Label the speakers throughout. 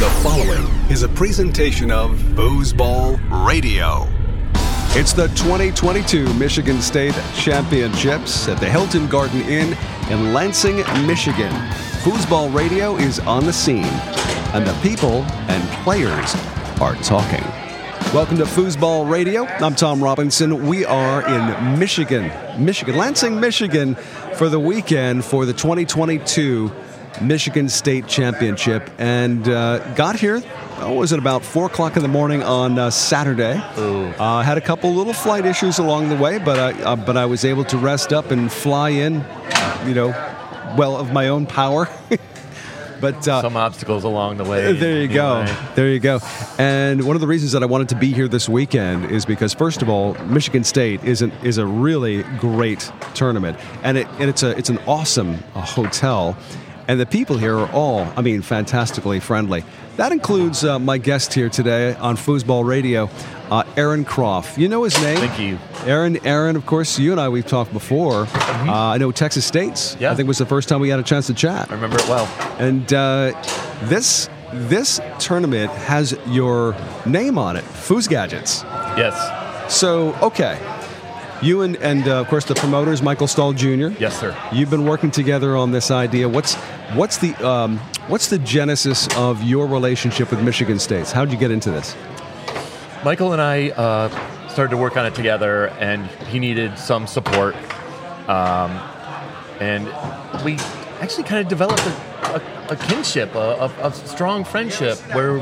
Speaker 1: The following is a presentation of Boozball Radio. It's the 2022 Michigan State Championships at the Hilton Garden Inn in Lansing, Michigan. Foosball Radio is on the scene, and the people and players are talking. Welcome to Foosball Radio. I'm Tom Robinson. We are in Michigan, Michigan, Lansing, Michigan, for the weekend for the 2022 Michigan State Championship, and uh, got here. Oh, was it about four o'clock in the morning on uh, Saturday? Uh, had a couple little flight issues along the way, but I, uh, but I was able to rest up and fly in, you know, well of my own power. but uh,
Speaker 2: some obstacles along the way.
Speaker 1: there you go.
Speaker 2: Anyway.
Speaker 1: There you go. And one of the reasons that I wanted to be here this weekend is because, first of all, Michigan State is an, is a really great tournament, and it and it's a it's an awesome uh, hotel, and the people here are all, I mean, fantastically friendly. That includes uh, my guest here today on Foosball Radio, uh, Aaron Croft. You know his name.
Speaker 2: Thank you.
Speaker 1: Aaron. Aaron, of course, you and I we've talked before. Uh, I know Texas State's.
Speaker 2: Mm-hmm. Yeah.
Speaker 1: I think was the first time we had a chance to chat.
Speaker 2: I remember it well.
Speaker 1: And uh, this this tournament has your name on it, Foos Gadgets.
Speaker 2: Yes.
Speaker 1: So okay, you and and uh, of course the promoters, Michael Stahl Jr.
Speaker 2: Yes, sir.
Speaker 1: You've been working together on this idea. What's what's the um, what's the genesis of your relationship with Michigan State's? How would you get into this?
Speaker 2: Michael and I uh, started to work on it together, and he needed some support. Um, and we actually kind of developed a, a, a kinship, a, a, a strong friendship where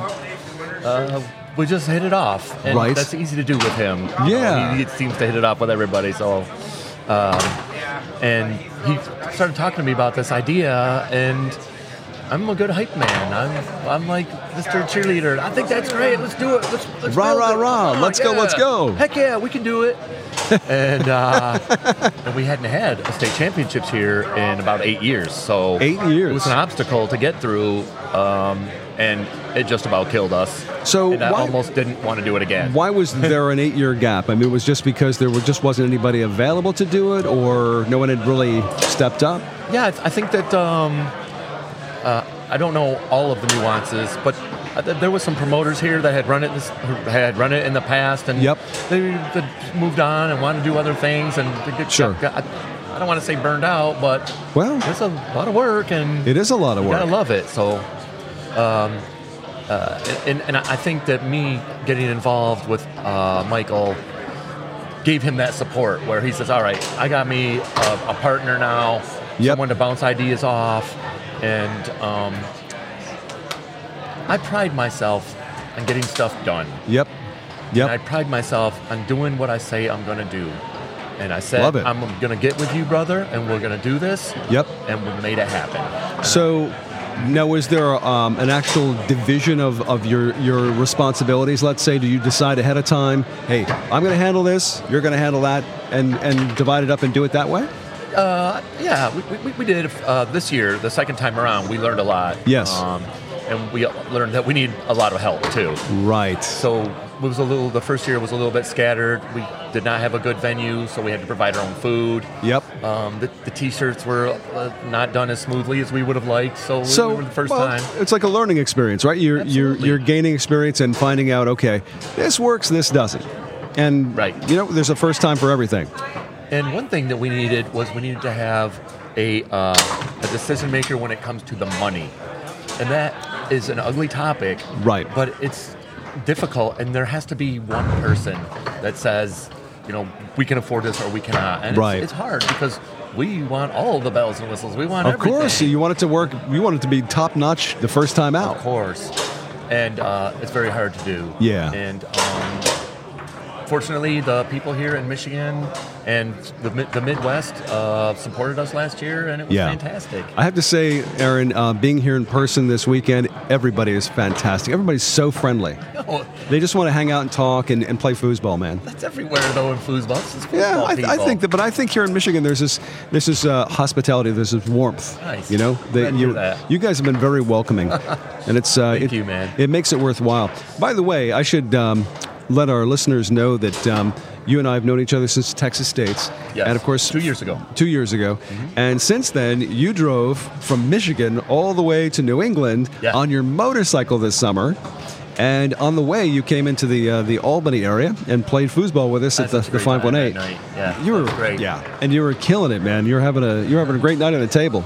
Speaker 2: uh, we just hit it off. And
Speaker 1: Right.
Speaker 2: that's easy to do with him.
Speaker 1: Yeah.
Speaker 2: He, he seems to hit it off with everybody, so. Um, and he started talking to me about this idea, and I'm a good hype man. I'm, I'm like Mr. Cheerleader. I think that's great. Let's do it. Let's, let's
Speaker 1: Rah,
Speaker 2: build
Speaker 1: rah,
Speaker 2: it.
Speaker 1: rah.
Speaker 2: Ah,
Speaker 1: Let's go, let's
Speaker 2: yeah.
Speaker 1: go.
Speaker 2: Heck yeah, we can do it. and, uh, and we hadn't had a state championships here in about eight years. So
Speaker 1: Eight years.
Speaker 2: it was an obstacle to get through, um, and it just about killed us.
Speaker 1: So
Speaker 2: and I
Speaker 1: why-
Speaker 2: almost didn't want to do it again.
Speaker 1: Why was there an eight-year gap? I mean, it was just because there were, just wasn't anybody available to do it, or no one had really stepped up.
Speaker 2: Yeah, it's- I think that um, uh, I don't know all of the nuances, but I th- there was some promoters here that had run it this, had run it in the past, and
Speaker 1: Yep.
Speaker 2: they, they moved on and wanted to do other things, and they get
Speaker 1: Sure.
Speaker 2: got, I don't want to say burned out, but
Speaker 1: Well,
Speaker 2: it's a lot of work, and
Speaker 1: it is a lot of
Speaker 2: you
Speaker 1: work.
Speaker 2: gotta love it. So, um, uh, and, and I think that me getting involved with uh, Michael gave him that support where he says, "All right, I got me a, a partner now,
Speaker 1: Yep.
Speaker 2: someone to bounce ideas off," and um, I pride myself on getting stuff done.
Speaker 1: Yep.
Speaker 2: And I
Speaker 1: Yep.
Speaker 2: pride myself on doing what I say I'm gonna do. And I said,
Speaker 1: Love it.
Speaker 2: I'm gonna get with you, brother, and we're gonna do this.
Speaker 1: Yep.
Speaker 2: And we made it happen.
Speaker 1: So, now was there um, an actual division of, of your, your responsibilities? Let's say, do you decide ahead of time, hey, I'm going to handle this, you're going to handle that, and, and divide it up and do it that way?
Speaker 2: Uh, yeah, we, we, we did uh, this year, the second time around, we learned a lot. Um,
Speaker 1: Yes.
Speaker 2: and we learned that we need a lot of help too.
Speaker 1: Right.
Speaker 2: So it was a little, the first year was a little bit scattered. We did not have a good venue, so we had to provide our own food.
Speaker 1: Yep.
Speaker 2: Um, the, the t-shirts were uh, not done as smoothly as we would have liked, so, we were the first
Speaker 1: well,
Speaker 2: time.
Speaker 1: it's like a learning experience, right? You're, you're
Speaker 2: Absolutely.
Speaker 1: you're gaining experience and finding out, okay, this works, this doesn't, and
Speaker 2: Right.
Speaker 1: you know, there's a first time for everything.
Speaker 2: And one thing that we needed was we needed to have a, uh, a decision maker when it comes to the money. And that is an ugly topic.
Speaker 1: Right.
Speaker 2: But it's difficult, and there has to be one person that says, you know, we can afford this or we cannot. And
Speaker 1: Right.
Speaker 2: it's, it's hard because we want all the bells and whistles. We want
Speaker 1: Of course,
Speaker 2: everything.
Speaker 1: you want it to work. You want it to be top notch the first time
Speaker 2: Of
Speaker 1: out.
Speaker 2: course. And uh, it's very hard to do.
Speaker 1: Yeah.
Speaker 2: And um, fortunately, the people here in Michigan and the, Mi- the Midwest uh, supported us last year, and it was
Speaker 1: Yeah.
Speaker 2: fantastic.
Speaker 1: I have to say, Aaron, uh, being here in person this weekend, everybody is fantastic. Everybody's so friendly.
Speaker 2: No,
Speaker 1: They just want to hang out and talk and, and play foosball, man.
Speaker 2: that's everywhere, though, in foosball. It's just
Speaker 1: Yeah,
Speaker 2: foosball
Speaker 1: I, I
Speaker 2: people.
Speaker 1: think that, but I think here in Michigan, there's this, there's this uh, hospitality, there's this warmth.
Speaker 2: Nice.
Speaker 1: You know,
Speaker 2: Glad to
Speaker 1: you,
Speaker 2: hear that.
Speaker 1: you guys have been very welcoming, and it's uh, it,
Speaker 2: you, man.
Speaker 1: It makes it worthwhile. By the way, I should um, let our listeners know that um, You and I have known each other since Texas States.
Speaker 2: Yes.
Speaker 1: And of course,
Speaker 2: Two years ago. Mm-hmm.
Speaker 1: Two years ago. And since then, you drove from Michigan all the way to New England
Speaker 2: Yeah.
Speaker 1: on your motorcycle this summer. And on the way, you came into the uh, the Albany area and played foosball with us
Speaker 2: That's
Speaker 1: at
Speaker 2: such
Speaker 1: the,
Speaker 2: a
Speaker 1: the
Speaker 2: great time that
Speaker 1: 518.
Speaker 2: night.
Speaker 1: you
Speaker 2: Yeah, that
Speaker 1: were
Speaker 2: was great.
Speaker 1: Yeah, and you were killing it, man. You're having a you're having a great night at the table.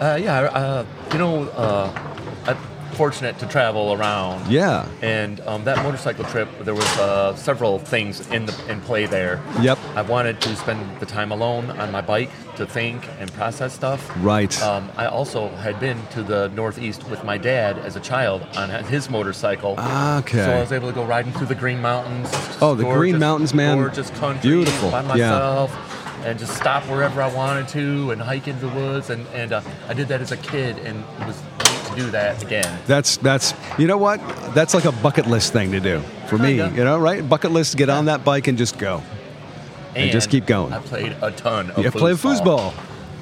Speaker 2: Uh, yeah, uh, you know, uh, I'm fortunate to travel around.
Speaker 1: Yeah.
Speaker 2: And um, that motorcycle trip, there was uh, several things in the in play there.
Speaker 1: Yep.
Speaker 2: I wanted to spend the time alone on my bike to think and process stuff.
Speaker 1: Right.
Speaker 2: Um, I also had been to the Northeast with my dad as a child on his motorcycle.
Speaker 1: Ah, Okay.
Speaker 2: So I was able to go riding through the Green Mountains.
Speaker 1: Oh, the Green Mountains, man.
Speaker 2: Gorgeous country.
Speaker 1: Beautiful,
Speaker 2: By
Speaker 1: yeah.
Speaker 2: myself. And just stop wherever I wanted to and hike into the woods. And, and uh, I did that as a kid and it was neat to do that again.
Speaker 1: That's that's you know what? That's like a bucket list thing to do for me.
Speaker 2: Kinda.
Speaker 1: You know, right? Bucket list: get on that bike and just go.
Speaker 2: And,
Speaker 1: just keep going.
Speaker 2: I played a ton of
Speaker 1: You
Speaker 2: foosball.
Speaker 1: play foosball.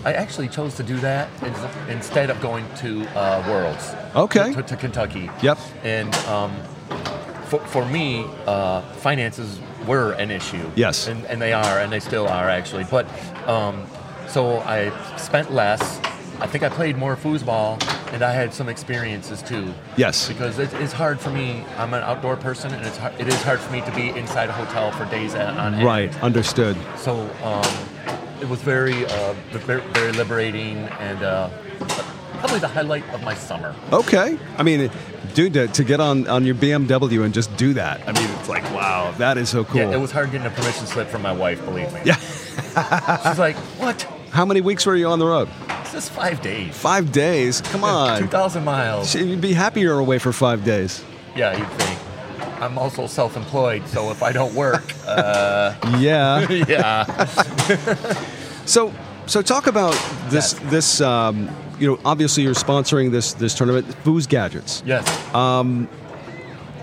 Speaker 2: I actually chose to do that ins- instead of going to uh, Worlds.
Speaker 1: Okay.
Speaker 2: To, to Kentucky.
Speaker 1: Yep.
Speaker 2: And um, for, for me, uh, finances were an issue.
Speaker 1: Yes.
Speaker 2: And, and they are, and they still are actually. But um, so I spent less. I think I played more foosball, and I had some experiences too.
Speaker 1: Yes.
Speaker 2: Because it, it's hard for me. I'm an outdoor person, and it's hard, it is hard for me to be inside a hotel for days on on end.
Speaker 1: Right. Understood.
Speaker 2: So um, it was very, uh, very, very liberating and uh, probably the highlight of my summer.
Speaker 1: Okay. I mean, dude, to, to get on on your BMW and just do that. I mean, it's like wow, that is so cool.
Speaker 2: Yeah, it was hard getting a permission slip from my wife, believe me.
Speaker 1: Yeah.
Speaker 2: She's like, what?
Speaker 1: How many weeks were you on the road?
Speaker 2: It's just five days.
Speaker 1: Five days. Come on.
Speaker 2: 2,000 miles.
Speaker 1: You'd be happy you were away for five days.
Speaker 2: Yeah, you'd think. I'm also self employed, so if I don't work, uh,
Speaker 1: Yeah.
Speaker 2: yeah.
Speaker 1: So, so talk about this.
Speaker 2: Yes.
Speaker 1: This, um, you know, obviously you're sponsoring this this tournament, Foos Gadgets.
Speaker 2: Yes.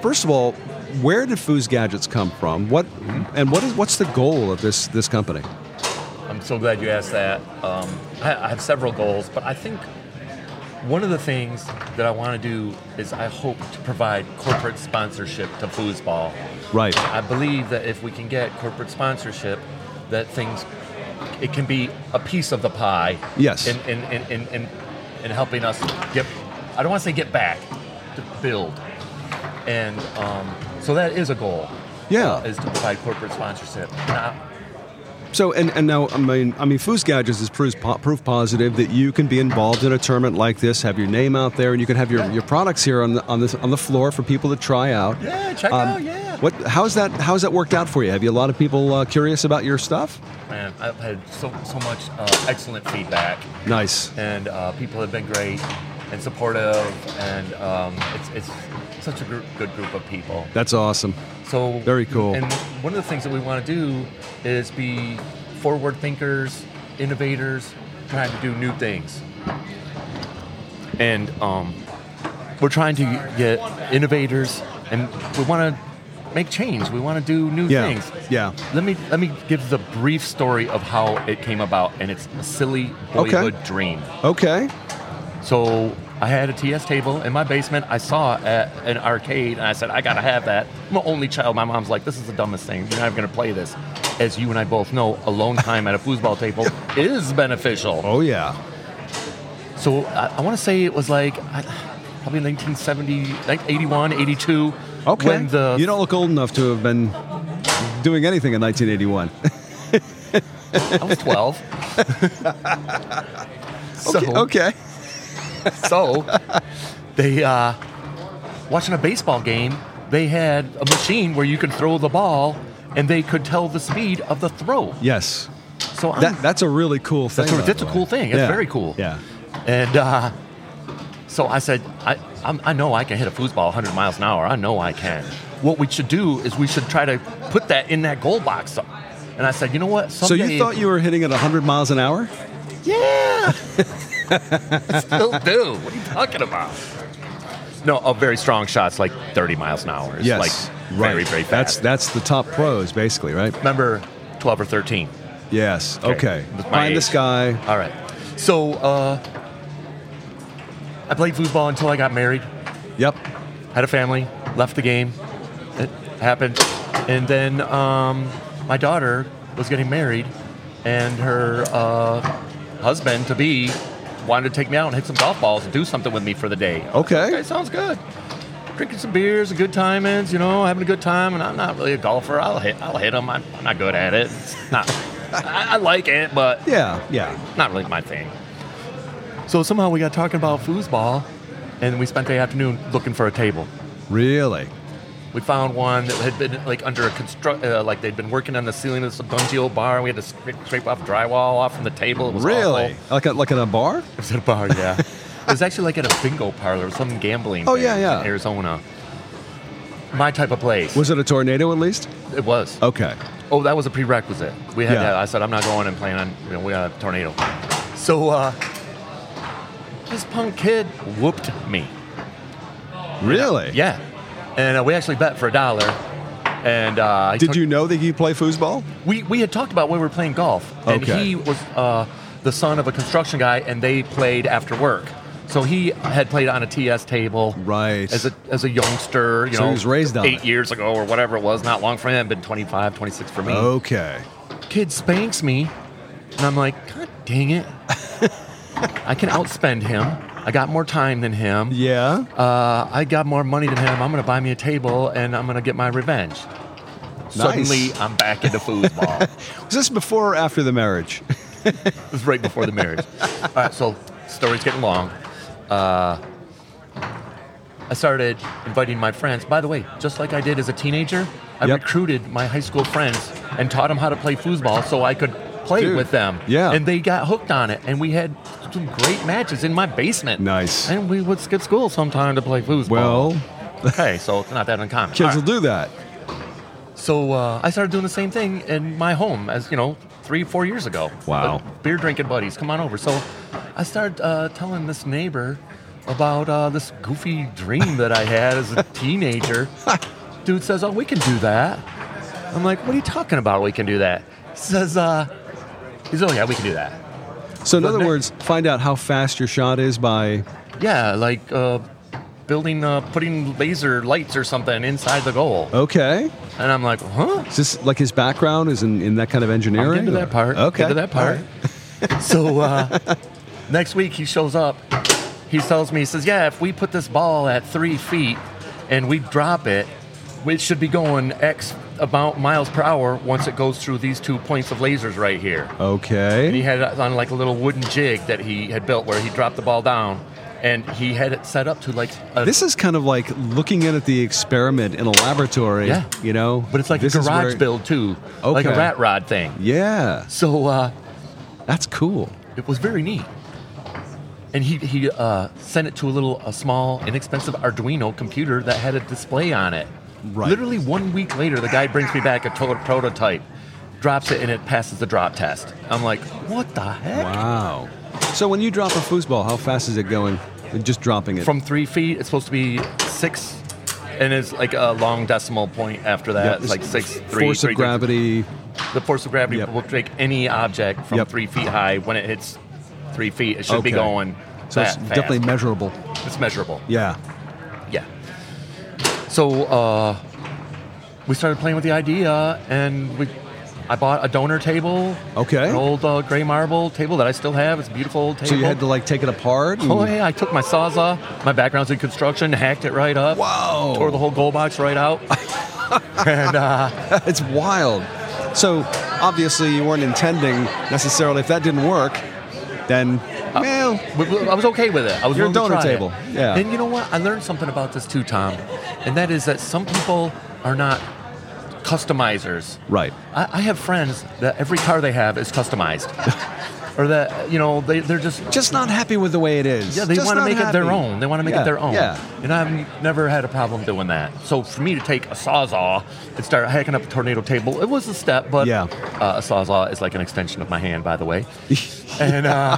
Speaker 1: First of all, where did Foos Gadgets come from? What and what is what's the goal of this this company?
Speaker 2: I'm so glad you asked that. Um, I, I have several goals, but I think one of the things that I want to do is I hope to provide corporate sponsorship to foosball.
Speaker 1: Right.
Speaker 2: I believe that if we can get corporate sponsorship, that things it can be a piece of the pie.
Speaker 1: Yes.
Speaker 2: In in, in, in, in, in helping us get I don't want to say get back, to build. And um, so that is a goal
Speaker 1: Yeah.
Speaker 2: is to provide corporate sponsorship. Now,
Speaker 1: So and and now I mean I mean Foos Gadgets is proof po- proof positive that you can be involved in a tournament like this, have your name out there, and you can have your, your products here on the, on this on the floor for people to try out. Um,
Speaker 2: yeah, check it out, yeah.
Speaker 1: What? How's that? How's that worked out for you? Have you a lot of people uh, curious about your stuff?
Speaker 2: Man, I've had so, so much uh, excellent feedback,
Speaker 1: Nice.
Speaker 2: and uh, people have been great and supportive, and um, it's, it's such a gr- good group of people.
Speaker 1: That's awesome.
Speaker 2: So
Speaker 1: Very cool.
Speaker 2: And one of the things that we want to do is be forward thinkers, innovators, trying to do new things. And um, we're trying to get innovators, and we want to make change. We want to do new
Speaker 1: Yeah.
Speaker 2: things.
Speaker 1: Yeah.
Speaker 2: Let me let me give the brief story of how it came about, and it's a silly
Speaker 1: Okay.
Speaker 2: boyhood dream.
Speaker 1: Okay.
Speaker 2: So I had a TS table in my basement. I saw it at an arcade, and I said, I gotta have that. I'm an only child. My mom's like, this is the dumbest thing. You're not even gonna play this. As you and I both know, alone time at a foosball table is beneficial.
Speaker 1: Oh yeah.
Speaker 2: So I, I want to say it was like I, probably 1970, like 81, 82.
Speaker 1: Okay.
Speaker 2: When the
Speaker 1: you don't look old enough to have been doing anything in 1981.
Speaker 2: I was 12. so,
Speaker 1: okay.
Speaker 2: so they uh, watching a baseball game they had a machine where you could throw the ball and they could tell the speed of the throw
Speaker 1: Yes.
Speaker 2: so I'm,
Speaker 1: That, that's a really cool thing.
Speaker 2: that's, a,
Speaker 1: by
Speaker 2: that's
Speaker 1: the
Speaker 2: a
Speaker 1: way.
Speaker 2: cool thing it's
Speaker 1: Yeah.
Speaker 2: very cool
Speaker 1: Yeah.
Speaker 2: and uh, so i said I, I'm, I know i can hit a foosball 100 miles an hour i know i can what we should do is we should try to put that in that goal box and i said you know what
Speaker 1: So
Speaker 2: Someday-
Speaker 1: you thought you were hitting at 100 miles an hour?
Speaker 2: Yeah. Still do. What are you talking about? No, oh, very strong shots, like 30 miles an hour. It's
Speaker 1: Yes.
Speaker 2: Like
Speaker 1: right.
Speaker 2: very, very
Speaker 1: That's
Speaker 2: fast.
Speaker 1: that's the top pros, basically, right?
Speaker 2: Remember 12 or 13.
Speaker 1: Yes. Okay.
Speaker 2: That's my
Speaker 1: Find the
Speaker 2: age.
Speaker 1: sky.
Speaker 2: All right. So uh, I played foosball until I got married,
Speaker 1: Yep.
Speaker 2: had a family, left the game. It happened. And then um, my daughter was getting married, and her uh, husband to be wanted to take me out and hit some golf balls and do something with me for the day.
Speaker 1: Okay.
Speaker 2: Okay, sounds good. Drinking some beers, a good time ends, you know, having a good time. And I'm not really a golfer. I'll hit, I'll hit them. I'm, I'm not good at it. It's not, I, I like it, but
Speaker 1: Yeah, yeah.
Speaker 2: not really my thing. So somehow we got talking about foosball, and we spent the afternoon looking for a table.
Speaker 1: Really?
Speaker 2: We found one that had been like under a construct, uh, like they'd been working on the ceiling of some dungy old bar. We had to scrape, scrape off drywall off from the table. It was
Speaker 1: Really?
Speaker 2: awful.
Speaker 1: Like a, like in a bar?
Speaker 2: It was at a bar, yeah. it was actually like at a bingo parlor, some gambling.
Speaker 1: Oh,
Speaker 2: thing
Speaker 1: yeah, yeah.
Speaker 2: in Arizona. My type of place.
Speaker 1: Was it a tornado at least?
Speaker 2: it was.
Speaker 1: Okay.
Speaker 2: Oh, that was a prerequisite. We had
Speaker 1: Yeah.
Speaker 2: that. I said, I'm not going and playing on, you know, we got a tornado. So, uh, this punk kid whooped me.
Speaker 1: Really?
Speaker 2: Yeah. And uh, we actually bet for a dollar. And uh, he
Speaker 1: Did
Speaker 2: took-
Speaker 1: you know that you play foosball?
Speaker 2: We, we had talked about when we were playing golf. And
Speaker 1: Okay.
Speaker 2: he was uh, the son of a construction guy, and they played after work. So he had played on a TS table.
Speaker 1: Right.
Speaker 2: As a, as a youngster, you
Speaker 1: So
Speaker 2: know,
Speaker 1: he was raised on
Speaker 2: eight
Speaker 1: it.
Speaker 2: years ago or whatever it was, not long for him, been 25, 26 for me
Speaker 1: Okay.
Speaker 2: kid spanks me, and I'm like, God dang it. I can outspend him. I got more time than him.
Speaker 1: Yeah.
Speaker 2: Uh, I got more money than him. I'm going to buy me a table and I'm going to get my revenge. Suddenly, I'm back into foosball. it
Speaker 1: Was this before or after the marriage?
Speaker 2: was right before the marriage. All right, so story's getting long. Uh, I started inviting my friends. By the way, just like I did as a teenager, I
Speaker 1: Yep.
Speaker 2: recruited my high school friends and taught them how to play foosball so I could play
Speaker 1: Dude,
Speaker 2: with them.
Speaker 1: yeah.
Speaker 2: And they got hooked on it, and we had some great matches in my basement.
Speaker 1: Nice.
Speaker 2: And we would skip school sometime to play foosball.
Speaker 1: Well,
Speaker 2: okay, so it's not that uncommon.
Speaker 1: kids
Speaker 2: All
Speaker 1: will do
Speaker 2: right.
Speaker 1: that.
Speaker 2: So uh, I started doing the same thing in my home as you know, three four years ago.
Speaker 1: Wow.
Speaker 2: Like, beer drinking buddies, come on over. So I started uh, telling this neighbor about uh, this goofy dream that I had as a teenager. Dude says, "Oh, we can do that." I'm like, "What are you talking about? We can do that?" He says, uh, "He's oh yeah, we can do that."
Speaker 1: So, in
Speaker 2: But
Speaker 1: other
Speaker 2: ne-
Speaker 1: words, find out how fast your shot is by.
Speaker 2: Yeah, like uh, building, uh, putting laser lights or something inside the goal.
Speaker 1: Okay.
Speaker 2: And I'm like, "Huh?"
Speaker 1: Is this like his background is in, in that kind of engineering?
Speaker 2: I'm getting to
Speaker 1: or-
Speaker 2: that part.
Speaker 1: Okay.
Speaker 2: Getting to that
Speaker 1: All
Speaker 2: part.
Speaker 1: right.
Speaker 2: so uh, next week he shows up. He tells me, he says, "Yeah, if we put this ball at three feet and we drop it, it should be going X about miles per hour once it goes through these two points of lasers right here." And
Speaker 1: Okay.
Speaker 2: he had it on like a little wooden jig that he had built where he dropped the ball down, and he had it set up to like a,
Speaker 1: This is kind of like looking in at the experiment in a laboratory.
Speaker 2: Yeah.
Speaker 1: You know?
Speaker 2: but it's like a
Speaker 1: This is
Speaker 2: garage
Speaker 1: where-
Speaker 2: build too, like a
Speaker 1: Okay.
Speaker 2: rat rod thing.
Speaker 1: Yeah.
Speaker 2: So uh,
Speaker 1: That's cool.
Speaker 2: It was very neat. And he, he uh, sent it to a little, a small, inexpensive Arduino computer that had a display on it.
Speaker 1: Right.
Speaker 2: Literally one week later, the guy brings me back a to- prototype, drops it, and it passes the drop test. I'm like, what the heck?
Speaker 1: Wow. So, when you drop a foosball, how fast is it going? Just dropping it.
Speaker 2: From three feet, it's supposed to be six, and it's like a long decimal point after that.
Speaker 1: Yeah,
Speaker 2: it's like six, three.
Speaker 1: Force
Speaker 2: three
Speaker 1: of gravity.
Speaker 2: The force of gravity
Speaker 1: Yep.
Speaker 2: will take any object from
Speaker 1: Yep.
Speaker 2: three feet high. When it hits three feet, it should be
Speaker 1: Okay.
Speaker 2: going.
Speaker 1: So,
Speaker 2: that
Speaker 1: it's
Speaker 2: fast.
Speaker 1: definitely measurable.
Speaker 2: it's measurable.
Speaker 1: Yeah.
Speaker 2: Yeah. So uh, we started playing with the idea, and we, I bought a donor table.
Speaker 1: Okay.
Speaker 2: An old uh, gray marble table that I still have. It's a beautiful old table.
Speaker 1: So, you had to like take it apart? and-
Speaker 2: Oh yeah! I took my sawzall. My background's in construction. Hacked it right up.
Speaker 1: Wow.
Speaker 2: Tore the whole goal box right out. and uh,
Speaker 1: It's wild. So obviously you weren't intending necessarily. If that didn't work, then
Speaker 2: Uh,
Speaker 1: well,
Speaker 2: w- w- I was okay with it. I was
Speaker 1: You're a
Speaker 2: willing to
Speaker 1: donor
Speaker 2: try it.
Speaker 1: table, yeah.
Speaker 2: And you know what? I learned something about this too, Tom, and that is that some people are not customizers.
Speaker 1: right.
Speaker 2: I, I have friends that every car they have is customized, or that you know they they're just
Speaker 1: Just not happy with the way it is.
Speaker 2: yeah they
Speaker 1: Just
Speaker 2: want to
Speaker 1: not
Speaker 2: make it their
Speaker 1: happy.
Speaker 2: own. They want to make
Speaker 1: Yeah,
Speaker 2: it their own.
Speaker 1: Yeah.
Speaker 2: And I've never had a problem doing that. So for me to take a sawzall and start hacking up a tornado table, it was a step, but
Speaker 1: Yeah.
Speaker 2: uh, a sawzall is like an extension of my hand, by the way. and uh,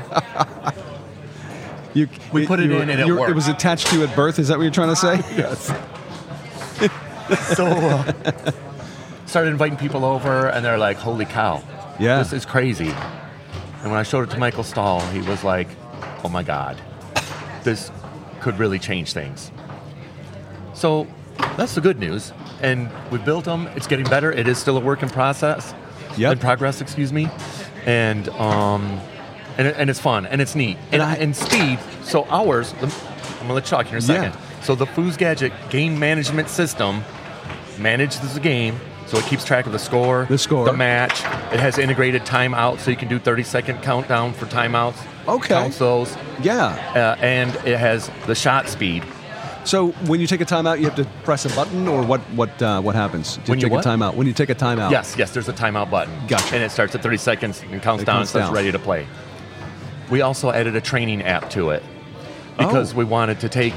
Speaker 1: You,
Speaker 2: We put it
Speaker 1: you-
Speaker 2: in and it
Speaker 1: you-
Speaker 2: worked.
Speaker 1: It was attached to you at birth. Is that what you're trying to say?
Speaker 2: yes. so uh, started inviting people over, and they're like, "Holy cow!
Speaker 1: Yeah.
Speaker 2: this is crazy." And when I showed it to Michael Stahl, he was like, "Oh my god, this could really change things." So That's the good news. And we built them. It's getting better. It is still a work in process.
Speaker 1: Yep.
Speaker 2: In progress, excuse me. And um, and, and it's fun and it's neat and I, and speed. So ours, I'm gonna let you talk here in a
Speaker 1: Yeah.
Speaker 2: second. So the Foos Gadget game management system manages the game. So it keeps track of the score,
Speaker 1: The score.
Speaker 2: the match. It has integrated timeout, so you can do 30 second countdown for timeouts.
Speaker 1: Okay.
Speaker 2: Counts those,
Speaker 1: Yeah.
Speaker 2: uh, and it has the shot speed.
Speaker 1: So when you take a timeout, you have to press a button, or what? What? Uh, what happens? Do
Speaker 2: When you
Speaker 1: take
Speaker 2: what?
Speaker 1: a timeout. When you take a timeout.
Speaker 2: Yes, yes, there's a timeout button.
Speaker 1: Gotcha.
Speaker 2: And it starts at 30 seconds and counts
Speaker 1: It
Speaker 2: down
Speaker 1: counts
Speaker 2: and starts
Speaker 1: down.
Speaker 2: ready to play. We also added a training app to it because
Speaker 1: Oh.
Speaker 2: we wanted to take.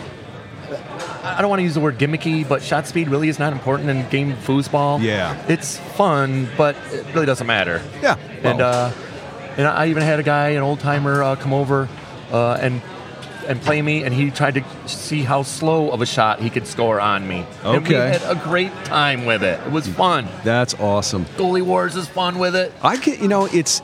Speaker 2: I I don't want to use the word gimmicky, but shot speed really is not important in game foosball.
Speaker 1: Yeah.
Speaker 2: It's fun, but it really doesn't matter.
Speaker 1: Yeah.
Speaker 2: And
Speaker 1: well,
Speaker 2: uh, and I even had a guy, an old timer, uh, come over uh, and and play me, and he tried to see how slow of a shot he could score on me. And we
Speaker 1: Okay.
Speaker 2: had a great time with it. It was fun.
Speaker 1: that's awesome.
Speaker 2: Goalie Wars is fun with it.
Speaker 1: I can, you know, it's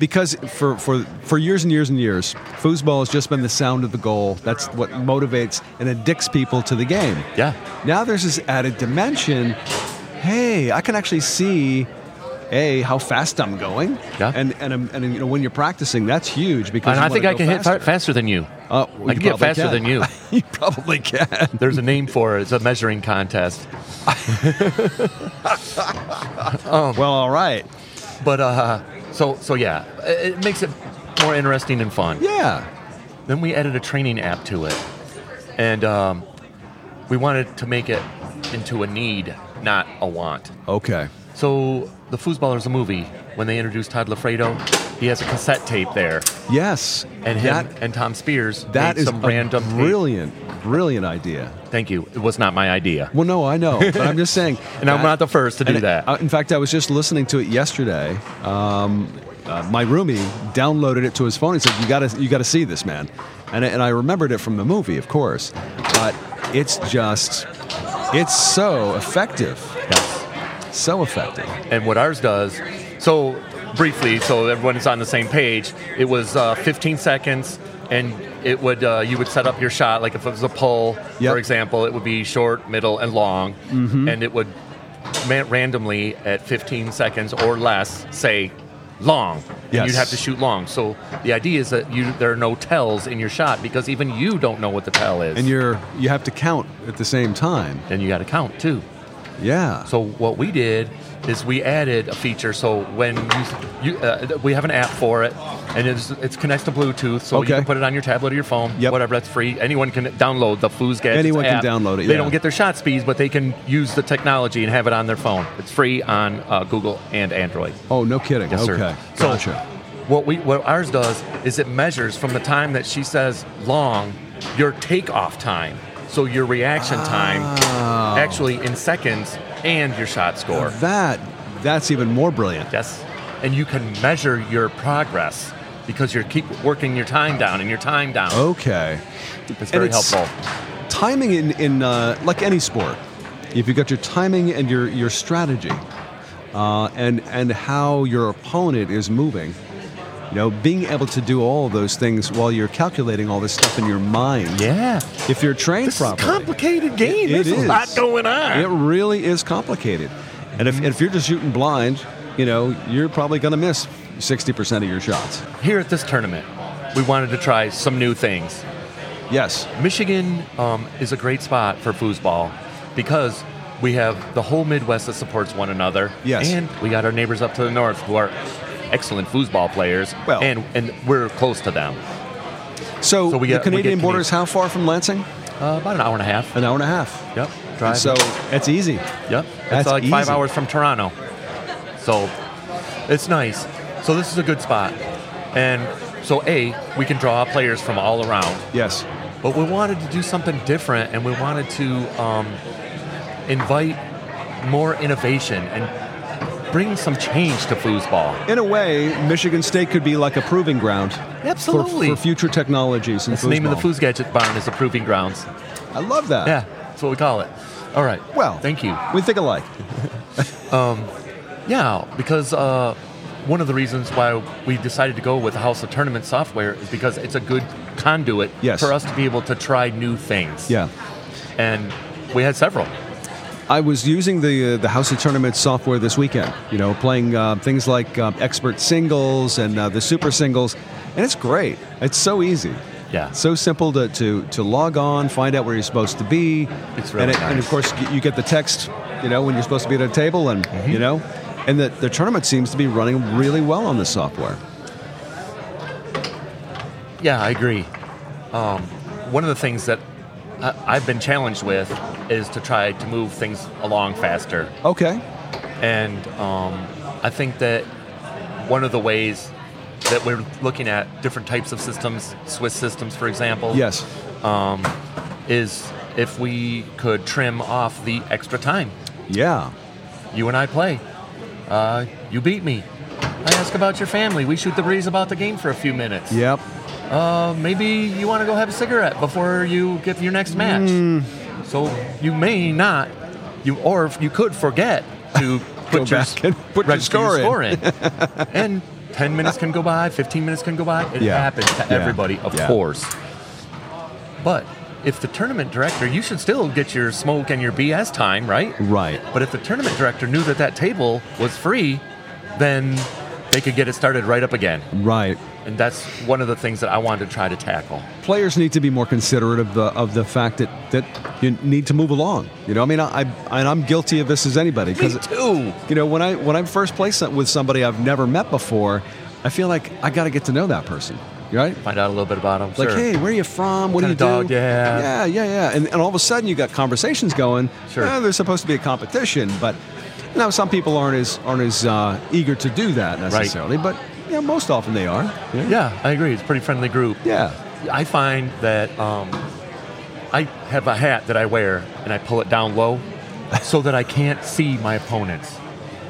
Speaker 1: because for for for years and years and years, foosball has just been the sound of the goal. That's what motivates and addicts people to the game.
Speaker 2: Yeah.
Speaker 1: Now there's this added dimension. Hey, I can actually see. A, how fast I'm going,
Speaker 2: Yeah.
Speaker 1: and and um, and you know when you're practicing, that's huge because
Speaker 2: And
Speaker 1: you
Speaker 2: I
Speaker 1: wanna
Speaker 2: think I
Speaker 1: go
Speaker 2: can hit
Speaker 1: faster.
Speaker 2: fa- faster than you.
Speaker 1: Uh, well,
Speaker 2: I
Speaker 1: you
Speaker 2: can get
Speaker 1: probably
Speaker 2: faster
Speaker 1: can.
Speaker 2: than you.
Speaker 1: you probably can.
Speaker 2: There's a name for it. It's a measuring contest.
Speaker 1: Well, all right.
Speaker 2: But uh, so so yeah, it it makes it more interesting and fun.
Speaker 1: Yeah.
Speaker 2: Then we added a training app to it, and um, we wanted to make it into a need, not a want.
Speaker 1: Okay.
Speaker 2: So the Foosballers, a movie, when they introduced Todd Lafredo, he has a cassette tape there,
Speaker 1: Yes.
Speaker 2: and him
Speaker 1: that
Speaker 2: and Tom Spears
Speaker 1: that
Speaker 2: made
Speaker 1: is
Speaker 2: some
Speaker 1: a
Speaker 2: random tape.
Speaker 1: brilliant, brilliant idea.
Speaker 2: Thank you. It was not my idea,
Speaker 1: Well, no, I know, but I'm just saying.
Speaker 2: and I'm not the first to do
Speaker 1: and,
Speaker 2: that.
Speaker 1: uh, in fact, I was just listening to it yesterday. Um, uh, my roomie downloaded it to his phone and said, "You got to, you got to see this, man." And I- and I remembered it from the movie, of course, but it's just, it's so effective,
Speaker 2: Yes.
Speaker 1: so effective.
Speaker 2: And what ours does, so briefly, so everyone's on the same page, it was uh, 15 seconds, and it would uh, you would set up your shot. Like if it was a pull,
Speaker 1: Yep. Mm-hmm.
Speaker 2: for example, it would be short, middle, and long, and it would ma- randomly at 15 seconds or less say long.
Speaker 1: Yes.
Speaker 2: And you'd have to shoot long. So the idea is that you there are no tells in your shot because even you don't know what the tell is,
Speaker 1: And you're, you have to count at the same time.
Speaker 2: and you got to count too.
Speaker 1: Yeah.
Speaker 2: So what we did is we added a feature. So when you, you uh, we have an app for it, and it's it's connects to Bluetooth, so
Speaker 1: Okay.
Speaker 2: you can put it on your tablet or your phone,
Speaker 1: Yep.
Speaker 2: whatever. That's free. Anyone can download the Foos Gadgets
Speaker 1: Anyone can
Speaker 2: app.
Speaker 1: download it,
Speaker 2: They
Speaker 1: yeah.
Speaker 2: don't get their shot speeds, but they can use the technology and have it on their phone. It's free on uh, Google and Android.
Speaker 1: Oh, no kidding.
Speaker 2: Yes,
Speaker 1: okay.
Speaker 2: sir. So
Speaker 1: Gotcha.
Speaker 2: what we what ours does is it measures from the time that she says long your takeoff time. So your reaction time
Speaker 1: Oh.
Speaker 2: actually in seconds and your shot score.
Speaker 1: that that's even more brilliant.
Speaker 2: Yes. And you can measure your progress because you keep working your time down and your time down.
Speaker 1: Okay.
Speaker 2: it's very
Speaker 1: Oh, and it's-
Speaker 2: helpful.
Speaker 1: Timing in in uh, like any sport, if you got your timing and your your strategy, uh, and and how your opponent is moving, you know, being able to do all of those things while you're calculating all this stuff in your mind.
Speaker 2: Yeah.
Speaker 1: If you're trained
Speaker 2: This is a
Speaker 1: properly.
Speaker 2: complicated game.
Speaker 1: It
Speaker 2: There's a
Speaker 1: is.
Speaker 2: lot going on.
Speaker 1: It really is complicated. And if, if you're just shooting blind, you know, you're probably going to miss 60% of your shots.
Speaker 2: Here at this tournament, we wanted to try some new things.
Speaker 1: Yes.
Speaker 2: Michigan um, is a great spot for foosball because we have the whole Midwest that supports one another.
Speaker 1: Yes.
Speaker 2: And we got our neighbors up to the north who are excellent foosball players.
Speaker 1: Well-
Speaker 2: and, and we're close to them.
Speaker 1: So, the
Speaker 2: So we get- we get
Speaker 1: Canadian border
Speaker 2: Canadian-
Speaker 1: is how far from Lansing?
Speaker 2: Uh, about an hour and a half.
Speaker 1: An hour and a half.
Speaker 2: Yep.
Speaker 1: And
Speaker 2: Drive.
Speaker 1: so that's easy.
Speaker 2: Yep.
Speaker 1: That's
Speaker 2: it's like five
Speaker 1: easy.
Speaker 2: hours from Toronto. So it's nice. So this is a good spot. And so A, we can draw players from all around.
Speaker 1: Yes.
Speaker 2: But we wanted to do something different and we wanted to um, invite more innovation and bring some change to foosball.
Speaker 1: In a way, Michigan State could be like a proving ground.
Speaker 2: Absolutely.
Speaker 1: For, for future technologies and
Speaker 2: That's the name of the
Speaker 1: foosball.
Speaker 2: Foos Gadget Barn is the Proving Grounds.
Speaker 1: I love that.
Speaker 2: Yeah, that's what we call it. All right.
Speaker 1: Well,
Speaker 2: thank you.
Speaker 1: We think alike.
Speaker 2: Yeah, because uh, one of the reasons why we decided to go with House of Tournament software is because it's a good conduit
Speaker 1: Yes.
Speaker 2: for us to be able to try new things.
Speaker 1: Yeah.
Speaker 2: and we had several.
Speaker 1: I was using the uh, the House of Tournaments software this weekend. You know, playing uh, things like um, expert singles and uh, the super singles, and it's great. It's so easy.
Speaker 2: Yeah.
Speaker 1: So simple to, to, to log on, find out where you're supposed to be.
Speaker 2: It's really
Speaker 1: and,
Speaker 2: nice.
Speaker 1: and of course, you- you get the text, you know, when you're supposed to be at a table, and
Speaker 2: Mm-hmm.
Speaker 1: you know, and the, the tournament seems to be running really well on this software.
Speaker 2: Yeah, I agree. Um, one of the things that I, I've been challenged with is to try to move things along faster.
Speaker 1: Okay.
Speaker 2: And um, I think that one of the ways that we're looking at different types of systems, Swiss systems, for example,
Speaker 1: Yes.
Speaker 2: um, is if we could trim off the extra time.
Speaker 1: Yeah.
Speaker 2: You and I play. Uh, you beat me. I ask about your family. We shoot the breeze about the game for a few minutes.
Speaker 1: Yep.
Speaker 2: Uh, maybe you want to go have a cigarette before you get to your next match.
Speaker 1: Hmm.
Speaker 2: So you may not, you or you could forget to put your
Speaker 1: back and put your
Speaker 2: register
Speaker 1: score in.
Speaker 2: in. and ten minutes can go by, fifteen minutes can go by. It
Speaker 1: Yeah.
Speaker 2: happens to
Speaker 1: Yeah.
Speaker 2: everybody, of
Speaker 1: Yeah.
Speaker 2: course. But if the tournament director, you should still get your smoke and your BS time, right?
Speaker 1: Right.
Speaker 2: But if the tournament director knew that that table was free, then they could get it started right up again.
Speaker 1: Right.
Speaker 2: And that's one of the things that I wanted to try to tackle.
Speaker 1: players need to be more considerate of the of the fact that that you need to move along. You know, I mean, I, I and I'm guilty of this as anybody
Speaker 2: Me
Speaker 1: because
Speaker 2: too.
Speaker 1: you know when I when I first play some- with somebody I've never met before, I feel like I got to get to know that person, right?
Speaker 2: Find out a little bit about them.
Speaker 1: Like,
Speaker 2: sure.
Speaker 1: hey, where are you from? What,
Speaker 2: What
Speaker 1: do you
Speaker 2: kind of
Speaker 1: do?
Speaker 2: dog you have?
Speaker 1: Yeah, yeah, yeah. And, and all of a sudden, you got conversations going.
Speaker 2: Sure.
Speaker 1: Eh, there's supposed to be a competition, but you know, some people aren't as aren't as uh, eager to do that necessarily. But yeah, most often they are.
Speaker 2: Yeah, I agree. It's a pretty friendly group.
Speaker 1: Yeah.
Speaker 2: I find that um, I have a hat that I wear and I pull it down low so that I can't see my opponents.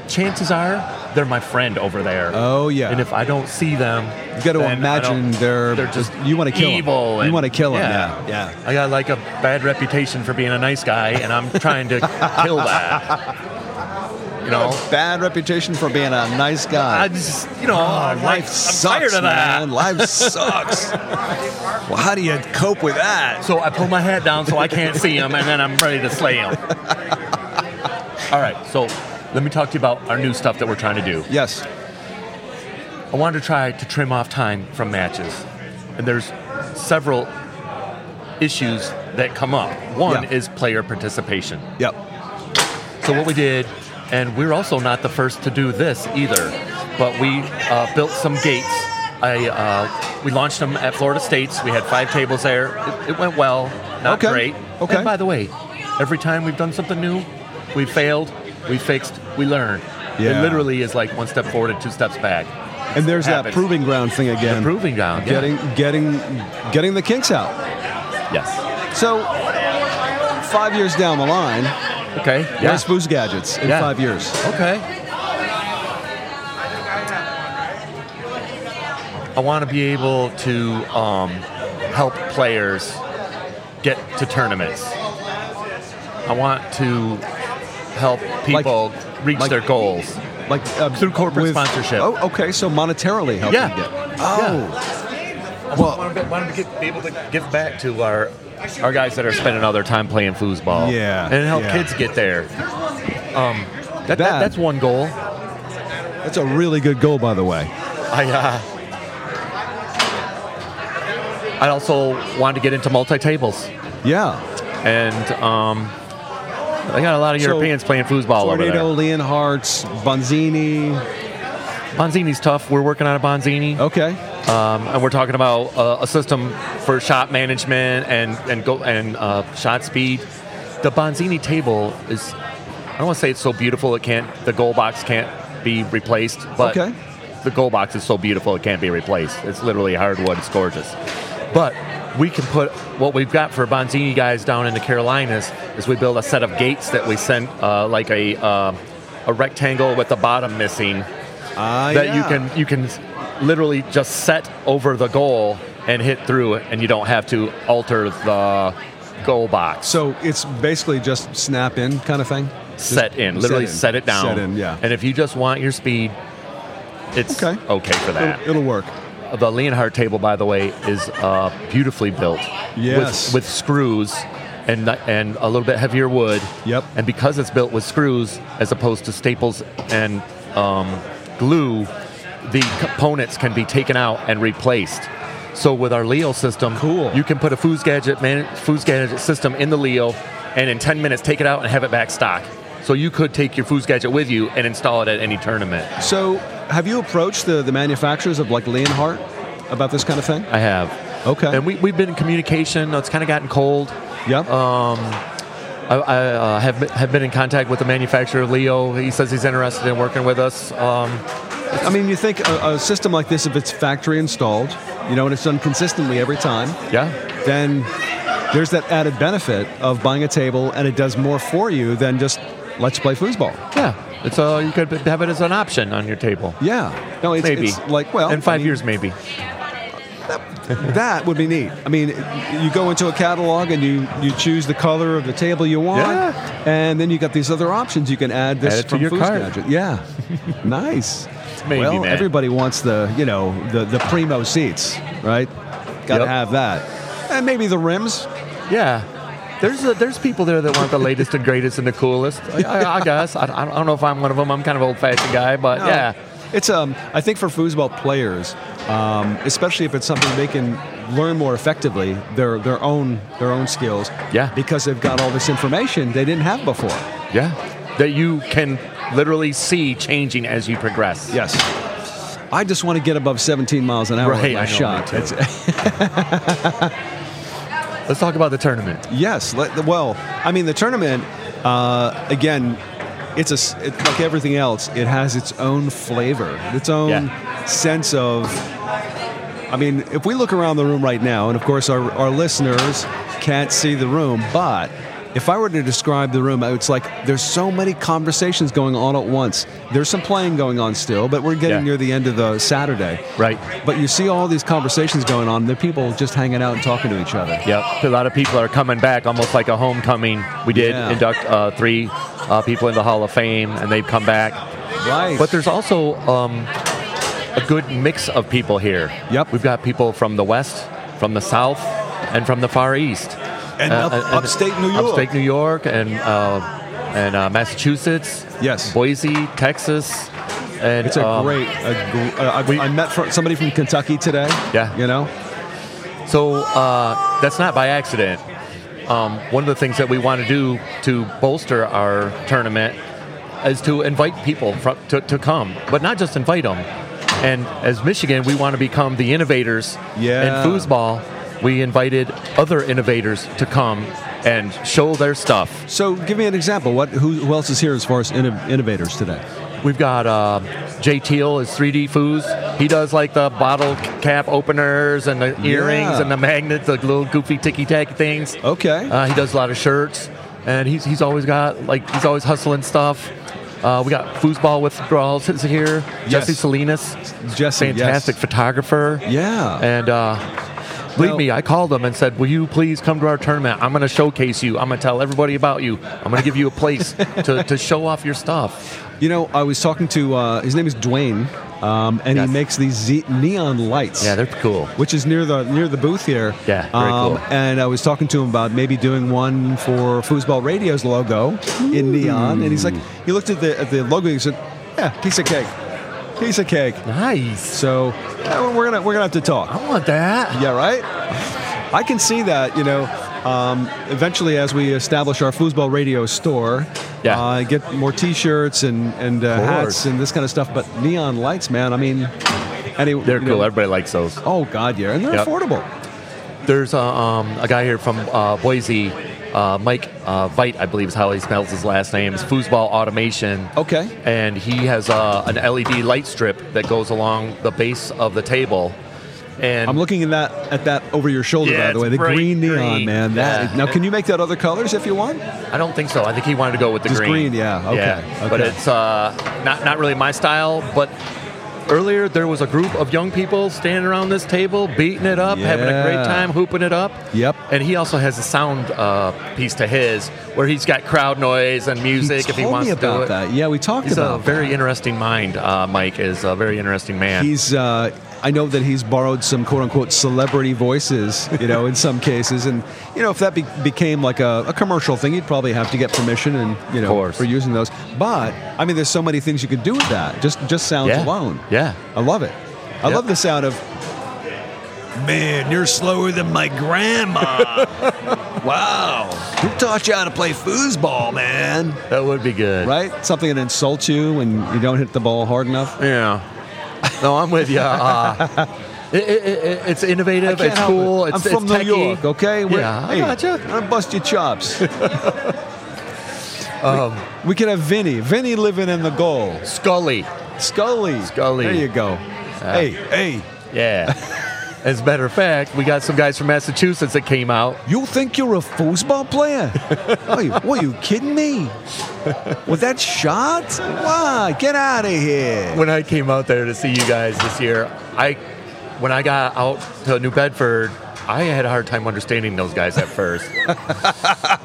Speaker 2: Chances are they're my friend over there.
Speaker 1: Oh, yeah.
Speaker 2: And if I don't see them,
Speaker 1: You got to
Speaker 2: then I
Speaker 1: imagine
Speaker 2: don't-
Speaker 1: they're,
Speaker 2: they're just
Speaker 1: you want to kill 'em.
Speaker 2: evil.
Speaker 1: You
Speaker 2: and-
Speaker 1: want to kill them. Yeah. yeah,
Speaker 2: I got like a bad reputation for being a nice guy, and I'm trying to kill that. You know,
Speaker 1: Bad reputation for being a nice guy. Oh,
Speaker 2: I just you know, I'm
Speaker 1: life
Speaker 2: like,
Speaker 1: sucks,
Speaker 2: I'm tired of that.
Speaker 1: man. Life sucks. well, how do you cope with that?
Speaker 2: So I pull my hat down so I can't see him, and then I'm ready to slay him. All right, so let me talk to you about our new stuff that we're trying to do.
Speaker 1: Yes.
Speaker 2: I wanted to try to trim off time from matches, and there's several issues that come up. One
Speaker 1: Yeah.
Speaker 2: is player participation.
Speaker 1: Yep.
Speaker 2: So what we did, and we're also not the first to do this either, but we uh, built some gates. I uh, we launched them at Florida State's. We had five tables there. It, it went well, not
Speaker 1: Okay.
Speaker 2: great.
Speaker 1: Okay.
Speaker 2: And by the way, every time we've done something new, we failed, we fixed, we learned.
Speaker 1: Yeah.
Speaker 2: It literally is like one step forward and two steps back.
Speaker 1: And there's that
Speaker 2: Happens.
Speaker 1: proving ground thing again.
Speaker 2: Proving ground. yeah.
Speaker 1: Getting, getting, getting the kinks out.
Speaker 2: Yes.
Speaker 1: So, five years down the line,
Speaker 2: Okay.
Speaker 1: yeah.
Speaker 2: Yeah.
Speaker 1: where's Booze Gadgets in
Speaker 2: Yeah.
Speaker 1: five years?
Speaker 2: Okay. I want to be able to um, help players get to tournaments. I want to help people reach
Speaker 1: like-
Speaker 2: their goals.
Speaker 1: Like uh,
Speaker 2: Through corporate sponsorship.
Speaker 1: Oh, okay. So monetarily helping
Speaker 2: Yeah.
Speaker 1: get.
Speaker 2: Yeah.
Speaker 1: Oh,
Speaker 2: I
Speaker 1: Well-
Speaker 2: want to, want to get, be able to give back to our our guys that are spending all their time playing foosball.
Speaker 1: Yeah,
Speaker 2: And help
Speaker 1: yeah.
Speaker 2: kids get there. Um, that,
Speaker 1: That-
Speaker 2: that, that's one goal.
Speaker 1: that's a really good goal, by the way.
Speaker 2: I uh, I also wanted to get into multi tables,
Speaker 1: Yeah.
Speaker 2: and um, I got a lot of
Speaker 1: So,
Speaker 2: Europeans playing foosball over
Speaker 1: Tornado,
Speaker 2: there.
Speaker 1: Leonhart's, Bonzini.
Speaker 2: Bonzini's tough. We're working on a Bonzini,
Speaker 1: Okay.
Speaker 2: um, and we're talking about uh, a system for shot management and and go and uh, shot speed. The Bonzini table is I don't want to say it's so beautiful it can't the goal box can't be replaced, but
Speaker 1: Okay.
Speaker 2: the goal box is so beautiful it can't be replaced. It's literally hardwood. It's gorgeous. But we can put what we've got for Bonzini guys down in the Carolinas is we build a set of gates that we send uh, like a uh, a rectangle with the bottom missing
Speaker 1: Uh,
Speaker 2: that
Speaker 1: yeah.
Speaker 2: you can you can literally just set over the goal and hit through it, and you don't have to alter the goal box.
Speaker 1: So it's basically just snap in kind of thing. Just
Speaker 2: set in, literally
Speaker 1: in.
Speaker 2: set it down.
Speaker 1: Set in, yeah.
Speaker 2: And if you just want your speed, it's
Speaker 1: Okay.
Speaker 2: okay, for that.
Speaker 1: it'll, it'll work.
Speaker 2: the Leonhardt table, by the way, is uh, beautifully built.
Speaker 1: Yes.
Speaker 2: With, with screws and not- and a little bit heavier wood.
Speaker 1: Yep.
Speaker 2: And because it's built with screws as opposed to staples and um, glue, the components can be taken out and replaced. So with our Leo system,
Speaker 1: Cool.
Speaker 2: you can put a Foos Gadget man, Foos Gadget system in the Leo, and in 10 minutes take it out and have it back stock. So you could take your Foos Gadget with you and install it at any tournament.
Speaker 1: So, have you approached the, the manufacturers of like Leonhardt about this kind of thing?
Speaker 2: I have.
Speaker 1: Okay.
Speaker 2: And we, we've been in communication. It's kind of gotten cold.
Speaker 1: yeah.
Speaker 2: Uh, I, I uh, have, been- have been in contact with the manufacturer, Leo. He says he's interested in working with us. Um,
Speaker 1: I mean, you think a, a system like this, if it's factory installed, you know, and it's done consistently every time,
Speaker 2: yeah.
Speaker 1: then there's that added benefit of buying a table and it does more for you than just let's play foosball.
Speaker 2: Yeah. It's uh, you could have it as an option on your table.
Speaker 1: Yeah. No, it's,
Speaker 2: Maybe.
Speaker 1: it's like, well,
Speaker 2: in five
Speaker 1: I mean,
Speaker 2: years, maybe.
Speaker 1: that would be neat. I mean, you go into a catalog and you, you choose the color of the table you want,
Speaker 2: Yeah.
Speaker 1: and then you got these other options. You can add this
Speaker 2: Add it to
Speaker 1: from
Speaker 2: your
Speaker 1: Foos
Speaker 2: cart.
Speaker 1: Gadget. Yeah, nice.
Speaker 2: Maybe,
Speaker 1: well,
Speaker 2: man.
Speaker 1: everybody wants the you know the the primo seats, right? Got to
Speaker 2: Yep.
Speaker 1: have that, and maybe the rims.
Speaker 2: Yeah. There's, uh there's people there that want the latest and greatest and the coolest. I, I, I guess. I, I don't know if I'm one of them. I'm kind of old fashioned guy, but
Speaker 1: No.
Speaker 2: yeah.
Speaker 1: It's um, I think for foosball players, um, especially if it's something they can learn more effectively their their own their own skills.
Speaker 2: Yeah.
Speaker 1: because they've got all this information they didn't have before.
Speaker 2: Yeah. That you can literally see changing as you progress.
Speaker 1: Yes. I just want to get above 17 miles an hour with
Speaker 2: Right,
Speaker 1: my
Speaker 2: I know, me
Speaker 1: shot.
Speaker 2: too.
Speaker 1: It's-
Speaker 2: Let's talk about the tournament.
Speaker 1: yes. Let, well, I mean, the tournament, uh, again, it's a s- it, like everything else. It has its own flavor, its own
Speaker 2: Yeah.
Speaker 1: sense of. I mean, if we look around the room right now, and of course our, our listeners can't see the room, but if I were to describe the room, it's like there's so many conversations going on at once. There's some playing going on still, but we're getting
Speaker 2: Yeah.
Speaker 1: near the end of the Saturday.
Speaker 2: Right.
Speaker 1: But you see all these conversations going on. They're people just hanging out and talking to each other.
Speaker 2: Yep, a lot of people are coming back, almost like a homecoming. We did
Speaker 1: Yeah.
Speaker 2: induct uh, three uh, people in the Hall of Fame, and they've come back.
Speaker 1: Right.
Speaker 2: But there's also um, a good mix of people here.
Speaker 1: Yep.
Speaker 2: we've got people from the West, from the South, and from the Far East, Uh,
Speaker 1: And up- Uh, upstate New York.
Speaker 2: upstate New York, and uh, and uh, Massachusetts.
Speaker 1: Yes.
Speaker 2: Boise, Texas, and
Speaker 1: it's a
Speaker 2: um,
Speaker 1: great. A, gr- uh, I,
Speaker 2: we-
Speaker 1: I met fr- somebody from Kentucky today.
Speaker 2: Yeah.
Speaker 1: You know.
Speaker 2: So uh, that's not by accident. Um, one of the things that we want to do to bolster our tournament is to invite people fro- to, to come, but not just invite them. And as Michigan, we want to become the innovators
Speaker 1: Yeah.
Speaker 2: in foosball. We invited other innovators to come and show their stuff.
Speaker 1: So give me an example. What? Who, who else is here as far as inno- innovators today?
Speaker 2: We've got uh, Jay Teal is 3D Foos. He does like the bottle cap openers and the earrings
Speaker 1: Yeah.
Speaker 2: and the magnets, the little goofy ticky tacky things.
Speaker 1: Okay.
Speaker 2: Uh, he does a lot of shirts, and he's, he's always got like he's always hustling stuff. Uh, we got foosball withdrawals is here.
Speaker 1: Yes.
Speaker 2: Jesse Salinas,
Speaker 1: Jesse, yes.
Speaker 2: fantastic photographer.
Speaker 1: Yeah.
Speaker 2: and uh, believe
Speaker 1: Well-
Speaker 2: me, I called him and said, "Will you please come to our tournament? I'm going to showcase you. I'm going to tell everybody about you. I'm going to give you a place to, to show off your stuff."
Speaker 1: You know, I was talking to uh, his name is Dwayne, um, and
Speaker 2: Yes.
Speaker 1: he makes these ze- neon lights.
Speaker 2: Yeah, they're cool.
Speaker 1: which is near the near the booth here. Um,
Speaker 2: Yeah, very cool.
Speaker 1: And I was talking to him about maybe doing one for Foosball Radio's logo in neon, and he's like,
Speaker 2: Mm.
Speaker 1: he looked at the at the logo, and he said, "Yeah, piece of cake, piece of cake."
Speaker 2: Nice.
Speaker 1: So yeah, we're gonna we're gonna have to talk.
Speaker 2: I want that.
Speaker 1: Yeah, right. I can see that. You know, um, eventually as we establish our Foosball Radio store.
Speaker 2: Yeah.
Speaker 1: Uh, get more T-shirts and and uh,
Speaker 2: Of course.
Speaker 1: hats and this kind of stuff, but neon lights, man. I mean, any,
Speaker 2: They're
Speaker 1: you
Speaker 2: cool.
Speaker 1: know-
Speaker 2: Everybody likes those.
Speaker 1: Oh God, yeah, and they're
Speaker 2: Yep.
Speaker 1: affordable.
Speaker 2: There's a, um, a guy here from uh, Boise, uh, Mike uh, Vite, I believe is how he spells his last name. It's Foosball Automation.
Speaker 1: Okay.
Speaker 2: And he has uh, an LED light strip that goes along the base of the table. And
Speaker 1: I'm looking at that at that over your shoulder,
Speaker 2: Yeah,
Speaker 1: by the way.
Speaker 2: it's
Speaker 1: The
Speaker 2: bright
Speaker 1: green neon,
Speaker 2: green.
Speaker 1: man. That
Speaker 2: Yeah.
Speaker 1: now, can you make that other colors if you want?
Speaker 2: I don't think so. I think he wanted to go with the
Speaker 1: Just
Speaker 2: green.
Speaker 1: green, yeah. Okay,
Speaker 2: But
Speaker 1: okay.
Speaker 2: it's uh, not not really my style. But earlier there was a group of young people standing around this table, beating it up, having a
Speaker 1: Yeah.
Speaker 2: great time, hooping it up.
Speaker 1: Yep.
Speaker 2: And he also has a sound uh, piece to his where he's got crowd noise and music if he
Speaker 1: told
Speaker 2: wants
Speaker 1: me
Speaker 2: to do
Speaker 1: about
Speaker 2: it.
Speaker 1: that. Yeah, we talked
Speaker 2: He's a
Speaker 1: about.
Speaker 2: very interesting mind. Uh, Mike is a very interesting man.
Speaker 1: He's uh, I know that he's borrowed some quote unquote celebrity voices, you know, in some cases. And, you know, if that be- became like a, a commercial thing, you'd probably have to get permission and, you
Speaker 2: Of
Speaker 1: know,
Speaker 2: course.
Speaker 1: for using those. But, I mean, there's so many things you could do with that. Just, just sounds
Speaker 2: Yeah.
Speaker 1: alone.
Speaker 2: Yeah.
Speaker 1: I love it. I
Speaker 2: Yep.
Speaker 1: love the sound of, man, you're slower than my grandma. wow. Who taught you how to play foosball, man?
Speaker 2: That would be good.
Speaker 1: Right? Something that insults you when you don't hit the ball hard enough.
Speaker 2: Yeah. No, I'm with you. Uh, it, it, it, it's innovative.
Speaker 1: I can't
Speaker 2: It's
Speaker 1: help
Speaker 2: cool.
Speaker 1: it.
Speaker 2: It's,
Speaker 1: I'm from
Speaker 2: it's
Speaker 1: New
Speaker 2: techie.
Speaker 1: York, okay? We're-
Speaker 2: Yeah, I
Speaker 1: hey,
Speaker 2: gotcha.
Speaker 1: I'm gonna bust your chops.
Speaker 2: Um,
Speaker 1: we, we can have Vinny. Vinny living in the goal.
Speaker 2: Scully.
Speaker 1: Scully.
Speaker 2: Scully.
Speaker 1: There you go. hey, hey.
Speaker 2: Yeah. As a matter of fact, we got some guys from Massachusetts that came out.
Speaker 1: You think you're a foosball player? are you, what, you kidding me? With that shot? Why? Get out of here.
Speaker 2: When I came out there to see you guys this year, I when I got out to New Bedford, I had a hard time understanding those guys at first.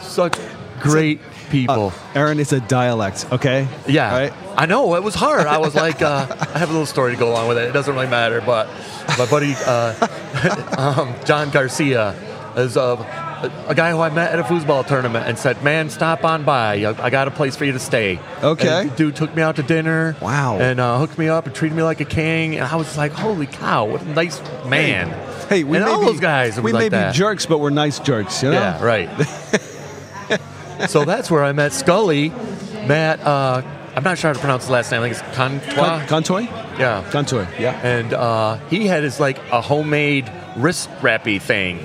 Speaker 2: Such great people.
Speaker 1: Aaron, it's a dialect, okay?
Speaker 2: Yeah,
Speaker 1: All right?
Speaker 2: I know it was hard. I was like, uh, I have a little story to go along with it. It doesn't really matter, but my buddy uh, um, John Garcia is a, a guy who I met at a foosball tournament and said, "Man, stop on by. I I got a place for you to stay."
Speaker 1: Okay.
Speaker 2: And the dude took me out to dinner.
Speaker 1: Wow.
Speaker 2: And uh, hooked me up and treated me like a king. And I was like, "Holy cow! What a nice man!"
Speaker 1: Hey, we
Speaker 2: and
Speaker 1: may
Speaker 2: all
Speaker 1: be,
Speaker 2: those guys.
Speaker 1: we
Speaker 2: were like
Speaker 1: may
Speaker 2: that.
Speaker 1: be jerks, but we're nice jerks, you know?
Speaker 2: Yeah, right. so that's where I met Scully. Matt, uh, I'm not sure how to pronounce his last name. I think it's Contois.
Speaker 1: Con- Contoy?
Speaker 2: yeah.
Speaker 1: Contoy, yeah.
Speaker 2: And uh, he had his like a homemade wrist wrappy thing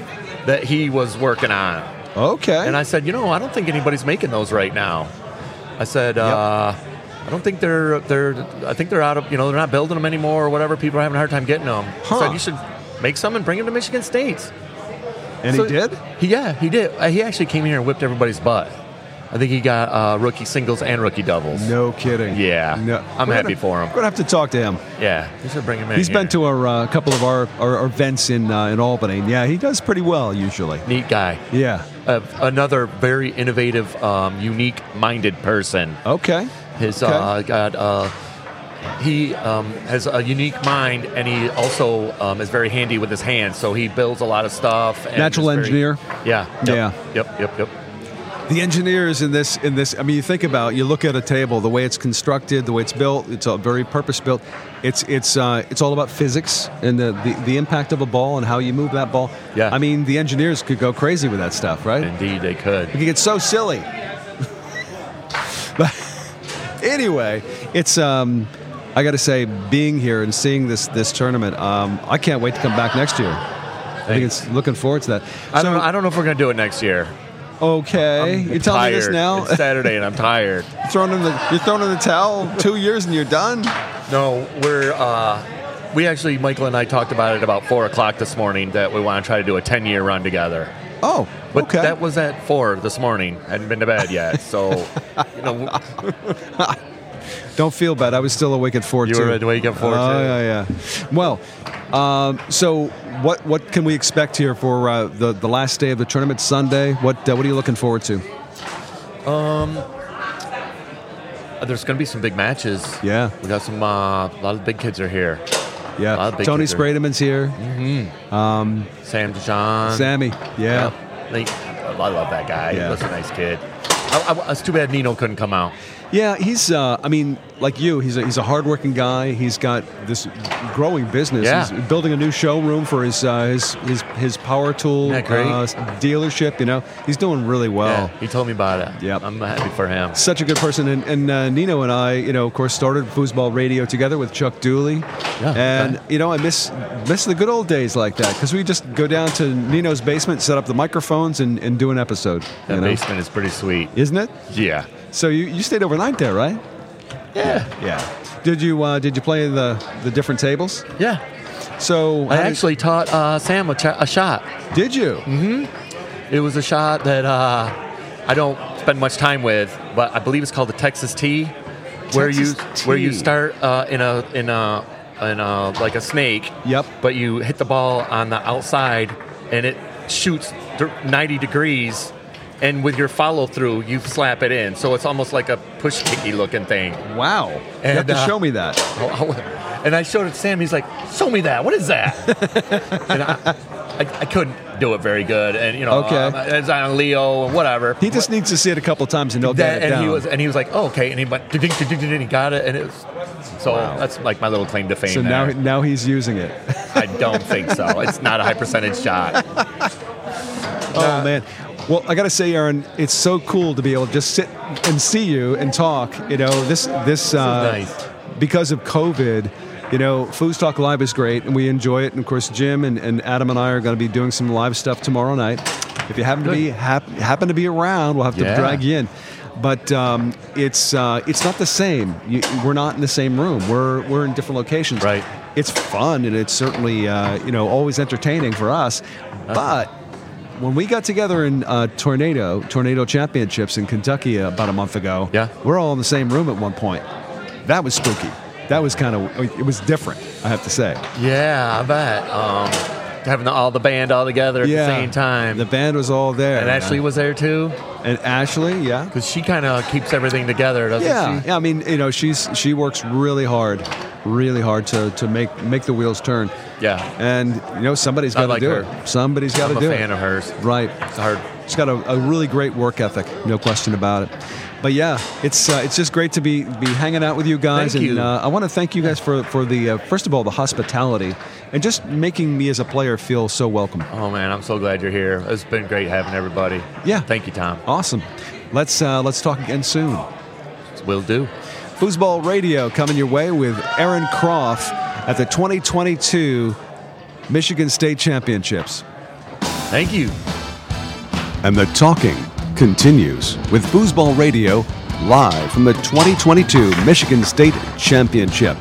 Speaker 2: that he was working on.
Speaker 1: Okay.
Speaker 2: And I said, you know, I don't think anybody's making those right now. I said, uh, I don't think they're they're. I think they're out of you know they're not building them anymore or whatever. People are having a hard time getting them. I
Speaker 1: Huh.
Speaker 2: said you should make some and bring them to Michigan State.
Speaker 1: and
Speaker 2: So-
Speaker 1: he did?
Speaker 2: He, yeah, he did. Uh, He actually came here and whipped everybody's butt. I think he got uh, rookie singles and rookie doubles.
Speaker 1: No kidding.
Speaker 2: Yeah.
Speaker 1: No.
Speaker 2: I'm
Speaker 1: We're
Speaker 2: happy
Speaker 1: gonna-
Speaker 2: for him.
Speaker 1: We're gonna have to talk to him.
Speaker 2: Yeah, we should bring him in.
Speaker 1: He's
Speaker 2: here.
Speaker 1: been to our uh, couple of our, our, our events in uh, in Albany. and Yeah, he does pretty well usually.
Speaker 2: neat guy.
Speaker 1: Yeah.
Speaker 2: Uh, another very innovative, um, unique-minded person.
Speaker 1: Okay.
Speaker 2: His
Speaker 1: Okay.
Speaker 2: uh, got uh, he um, has a unique mind, and he also um, is very handy with his hands. So he builds a lot of stuff. And
Speaker 1: Natural
Speaker 2: is very-
Speaker 1: engineer.
Speaker 2: yeah. Yep,
Speaker 1: Yeah.
Speaker 2: Yep. Yep. Yep.
Speaker 1: The engineers in this in this. I mean, you think about you look at a table, the way it's constructed, the way it's built. It's all very purpose built. It's it's uh, it's all about physics and the, the the impact of a ball and how you move that ball.
Speaker 2: Yeah.
Speaker 1: I mean, the engineers could go crazy with that stuff, right?
Speaker 2: Indeed, they could.
Speaker 1: It gets so silly. but anyway, it's um, I got to say, being here and seeing this this tournament, um, I can't wait to come back next year. I think it's looking forward to that.
Speaker 2: I don't. I don't know if we're gonna do it next year.
Speaker 1: Okay,
Speaker 2: I'm
Speaker 1: you're telling me this
Speaker 2: tired.
Speaker 1: now.
Speaker 2: It's Saturday and I'm tired.
Speaker 1: thrown in the, you're thrown in the towel. Two years and you're done.
Speaker 2: No, we're uh, we actually Michael and I talked about it about four o'clock this morning that we want to try to do a ten year run together.
Speaker 1: Oh,
Speaker 2: But
Speaker 1: okay.
Speaker 2: that was at four this morning. Hadn't been to bed yet, so you know
Speaker 1: Don't feel bad. I was still awake at four.
Speaker 2: You
Speaker 1: too.
Speaker 2: were awake at
Speaker 1: Oh
Speaker 2: four, too.
Speaker 1: yeah, yeah. Well, um, so what what can we expect here for uh, the the last day of the tournament Sunday? What uh, what are you looking forward to?
Speaker 2: Uh, there's going to be some big matches.
Speaker 1: Yeah.
Speaker 2: we got some. Uh, a lot of the big kids are here. A lot
Speaker 1: Yeah,
Speaker 2: of Uh, big
Speaker 1: Tony
Speaker 2: kids are-
Speaker 1: Sprademan's here.
Speaker 2: Sam Dijon.
Speaker 1: Sammy. Yeah.
Speaker 2: Yeah. Like, I love that guy.
Speaker 1: Yeah.
Speaker 2: He was a nice kid. I, I, it's too bad Nino couldn't come out.
Speaker 1: Yeah, he's. Uh, I mean, like you, he's a, he's a hardworking guy. He's got this growing business.
Speaker 2: Yeah.
Speaker 1: He's building a new showroom for his uh, his, his his power tool
Speaker 2: Isn't that great?
Speaker 1: Uh, dealership. You know, he's doing really well.
Speaker 2: Yeah, he told me about it.
Speaker 1: Oh. Yep.
Speaker 2: I'm happy for him.
Speaker 1: Such a good person, and, and uh, Nino and I, you know, of course, started Foosball Radio together with Chuck Dooley,
Speaker 2: Yeah,
Speaker 1: and
Speaker 2: okay.
Speaker 1: you know, I miss miss the good old days like that because we just go down to Nino's basement, set up the microphones, and, and do an episode.
Speaker 2: That
Speaker 1: you know?
Speaker 2: basement is pretty sweet.
Speaker 1: isn't it?
Speaker 2: Yeah.
Speaker 1: So you, you stayed overnight there, right?
Speaker 2: Yeah.
Speaker 1: Yeah. Did you uh, did you play the the different tables?
Speaker 2: Yeah.
Speaker 1: So how
Speaker 2: I
Speaker 1: did-
Speaker 2: actually Mm-hmm. taught uh, Sam a, ch- a shot.
Speaker 1: did you?
Speaker 2: It was a shot that uh, I don't spend much time with, but I believe it's called the Texas T, where you
Speaker 1: Texas
Speaker 2: where you
Speaker 1: T.
Speaker 2: start uh, in a in a in a like a snake.
Speaker 1: Yep.
Speaker 2: But you hit the ball on the outside, and it shoots th- ninety degrees. And with your follow through, you slap it in. So it's almost like a push kicky looking thing.
Speaker 1: Wow. you have
Speaker 2: And,
Speaker 1: to
Speaker 2: uh,
Speaker 1: show me that.
Speaker 2: Oh, I- And I showed it to Sam. He's like, "Show me that. What is that?" and I, I, I couldn't do it very good. And you know,
Speaker 1: Okay.
Speaker 2: um, it's on Leo and whatever.
Speaker 1: He just needs to see it a couple times and he'll
Speaker 2: That-
Speaker 1: get it
Speaker 2: and
Speaker 1: down.
Speaker 2: he was and he was like, oh, "Okay." And he went, "Ding, ding, ding, ding," and he got it. And it was so that's like my little claim to fame.
Speaker 1: so now,
Speaker 2: there.
Speaker 1: now he's using it.
Speaker 2: I don't think so. It's not a high percentage shot.
Speaker 1: Oh man. Well, I gotta say, Aaron, it's so cool to be able to just sit and see you and talk. You know, this this, uh,
Speaker 2: nice.
Speaker 1: because of COVID. You know, Foos Talk Live is great, and we enjoy it. And of course, Jim and, and Adam and I are going to be doing some live stuff tomorrow night. If you happen to be hap- happen to be around, we'll have to
Speaker 2: Yeah.
Speaker 1: drag you in. But um, it's uh, it's not the same. You, we're not in the same room. We're we're in different locations
Speaker 2: Right.
Speaker 1: it's fun and it's certainly uh, you know always entertaining for us but when we got together in uh, tornado tornado championships in kentucky about a month ago
Speaker 2: Yeah.
Speaker 1: we're all in the same room at one point that was spooky that was kind of it was different i have to say
Speaker 2: Yeah, I bet. Um, having the, all the band all together at the same time.
Speaker 1: the band was all there
Speaker 2: and Ashley was there too,
Speaker 1: and ashley yeah
Speaker 2: because she kind of keeps everything together, doesn't
Speaker 1: yeah,
Speaker 2: she?
Speaker 1: yeah. I mean, you know, she's she works really hard, really hard to, to make make the wheels turn.
Speaker 2: Yeah.
Speaker 1: And you know, somebody's
Speaker 2: I
Speaker 1: got to
Speaker 2: like
Speaker 1: do
Speaker 2: her.
Speaker 1: it. Somebody's got
Speaker 2: I'm
Speaker 1: to do
Speaker 2: a fan
Speaker 1: it.
Speaker 2: of hers.
Speaker 1: Right.
Speaker 2: It's hard.
Speaker 1: She's got a, a really great work ethic, no question about it. But yeah, it's uh, it's just great to be be hanging out with you guys,
Speaker 2: Thank
Speaker 1: and
Speaker 2: you.
Speaker 1: Uh, I want to thank you guys for for the uh, first of all the hospitality, and just making me as a player feel so welcome.
Speaker 2: Oh man, I'm so glad you're here. It's been great having everybody.
Speaker 1: Yeah.
Speaker 2: Thank you, Tom.
Speaker 1: Awesome. Let's uh, let's talk again soon.
Speaker 2: Will do.
Speaker 1: Foosball Radio coming your way with Aaron Croft at the 2022 Michigan State Championships.
Speaker 2: Thank you.
Speaker 1: And the talking continues with Foosball Radio live from the 2022 Michigan State Championship.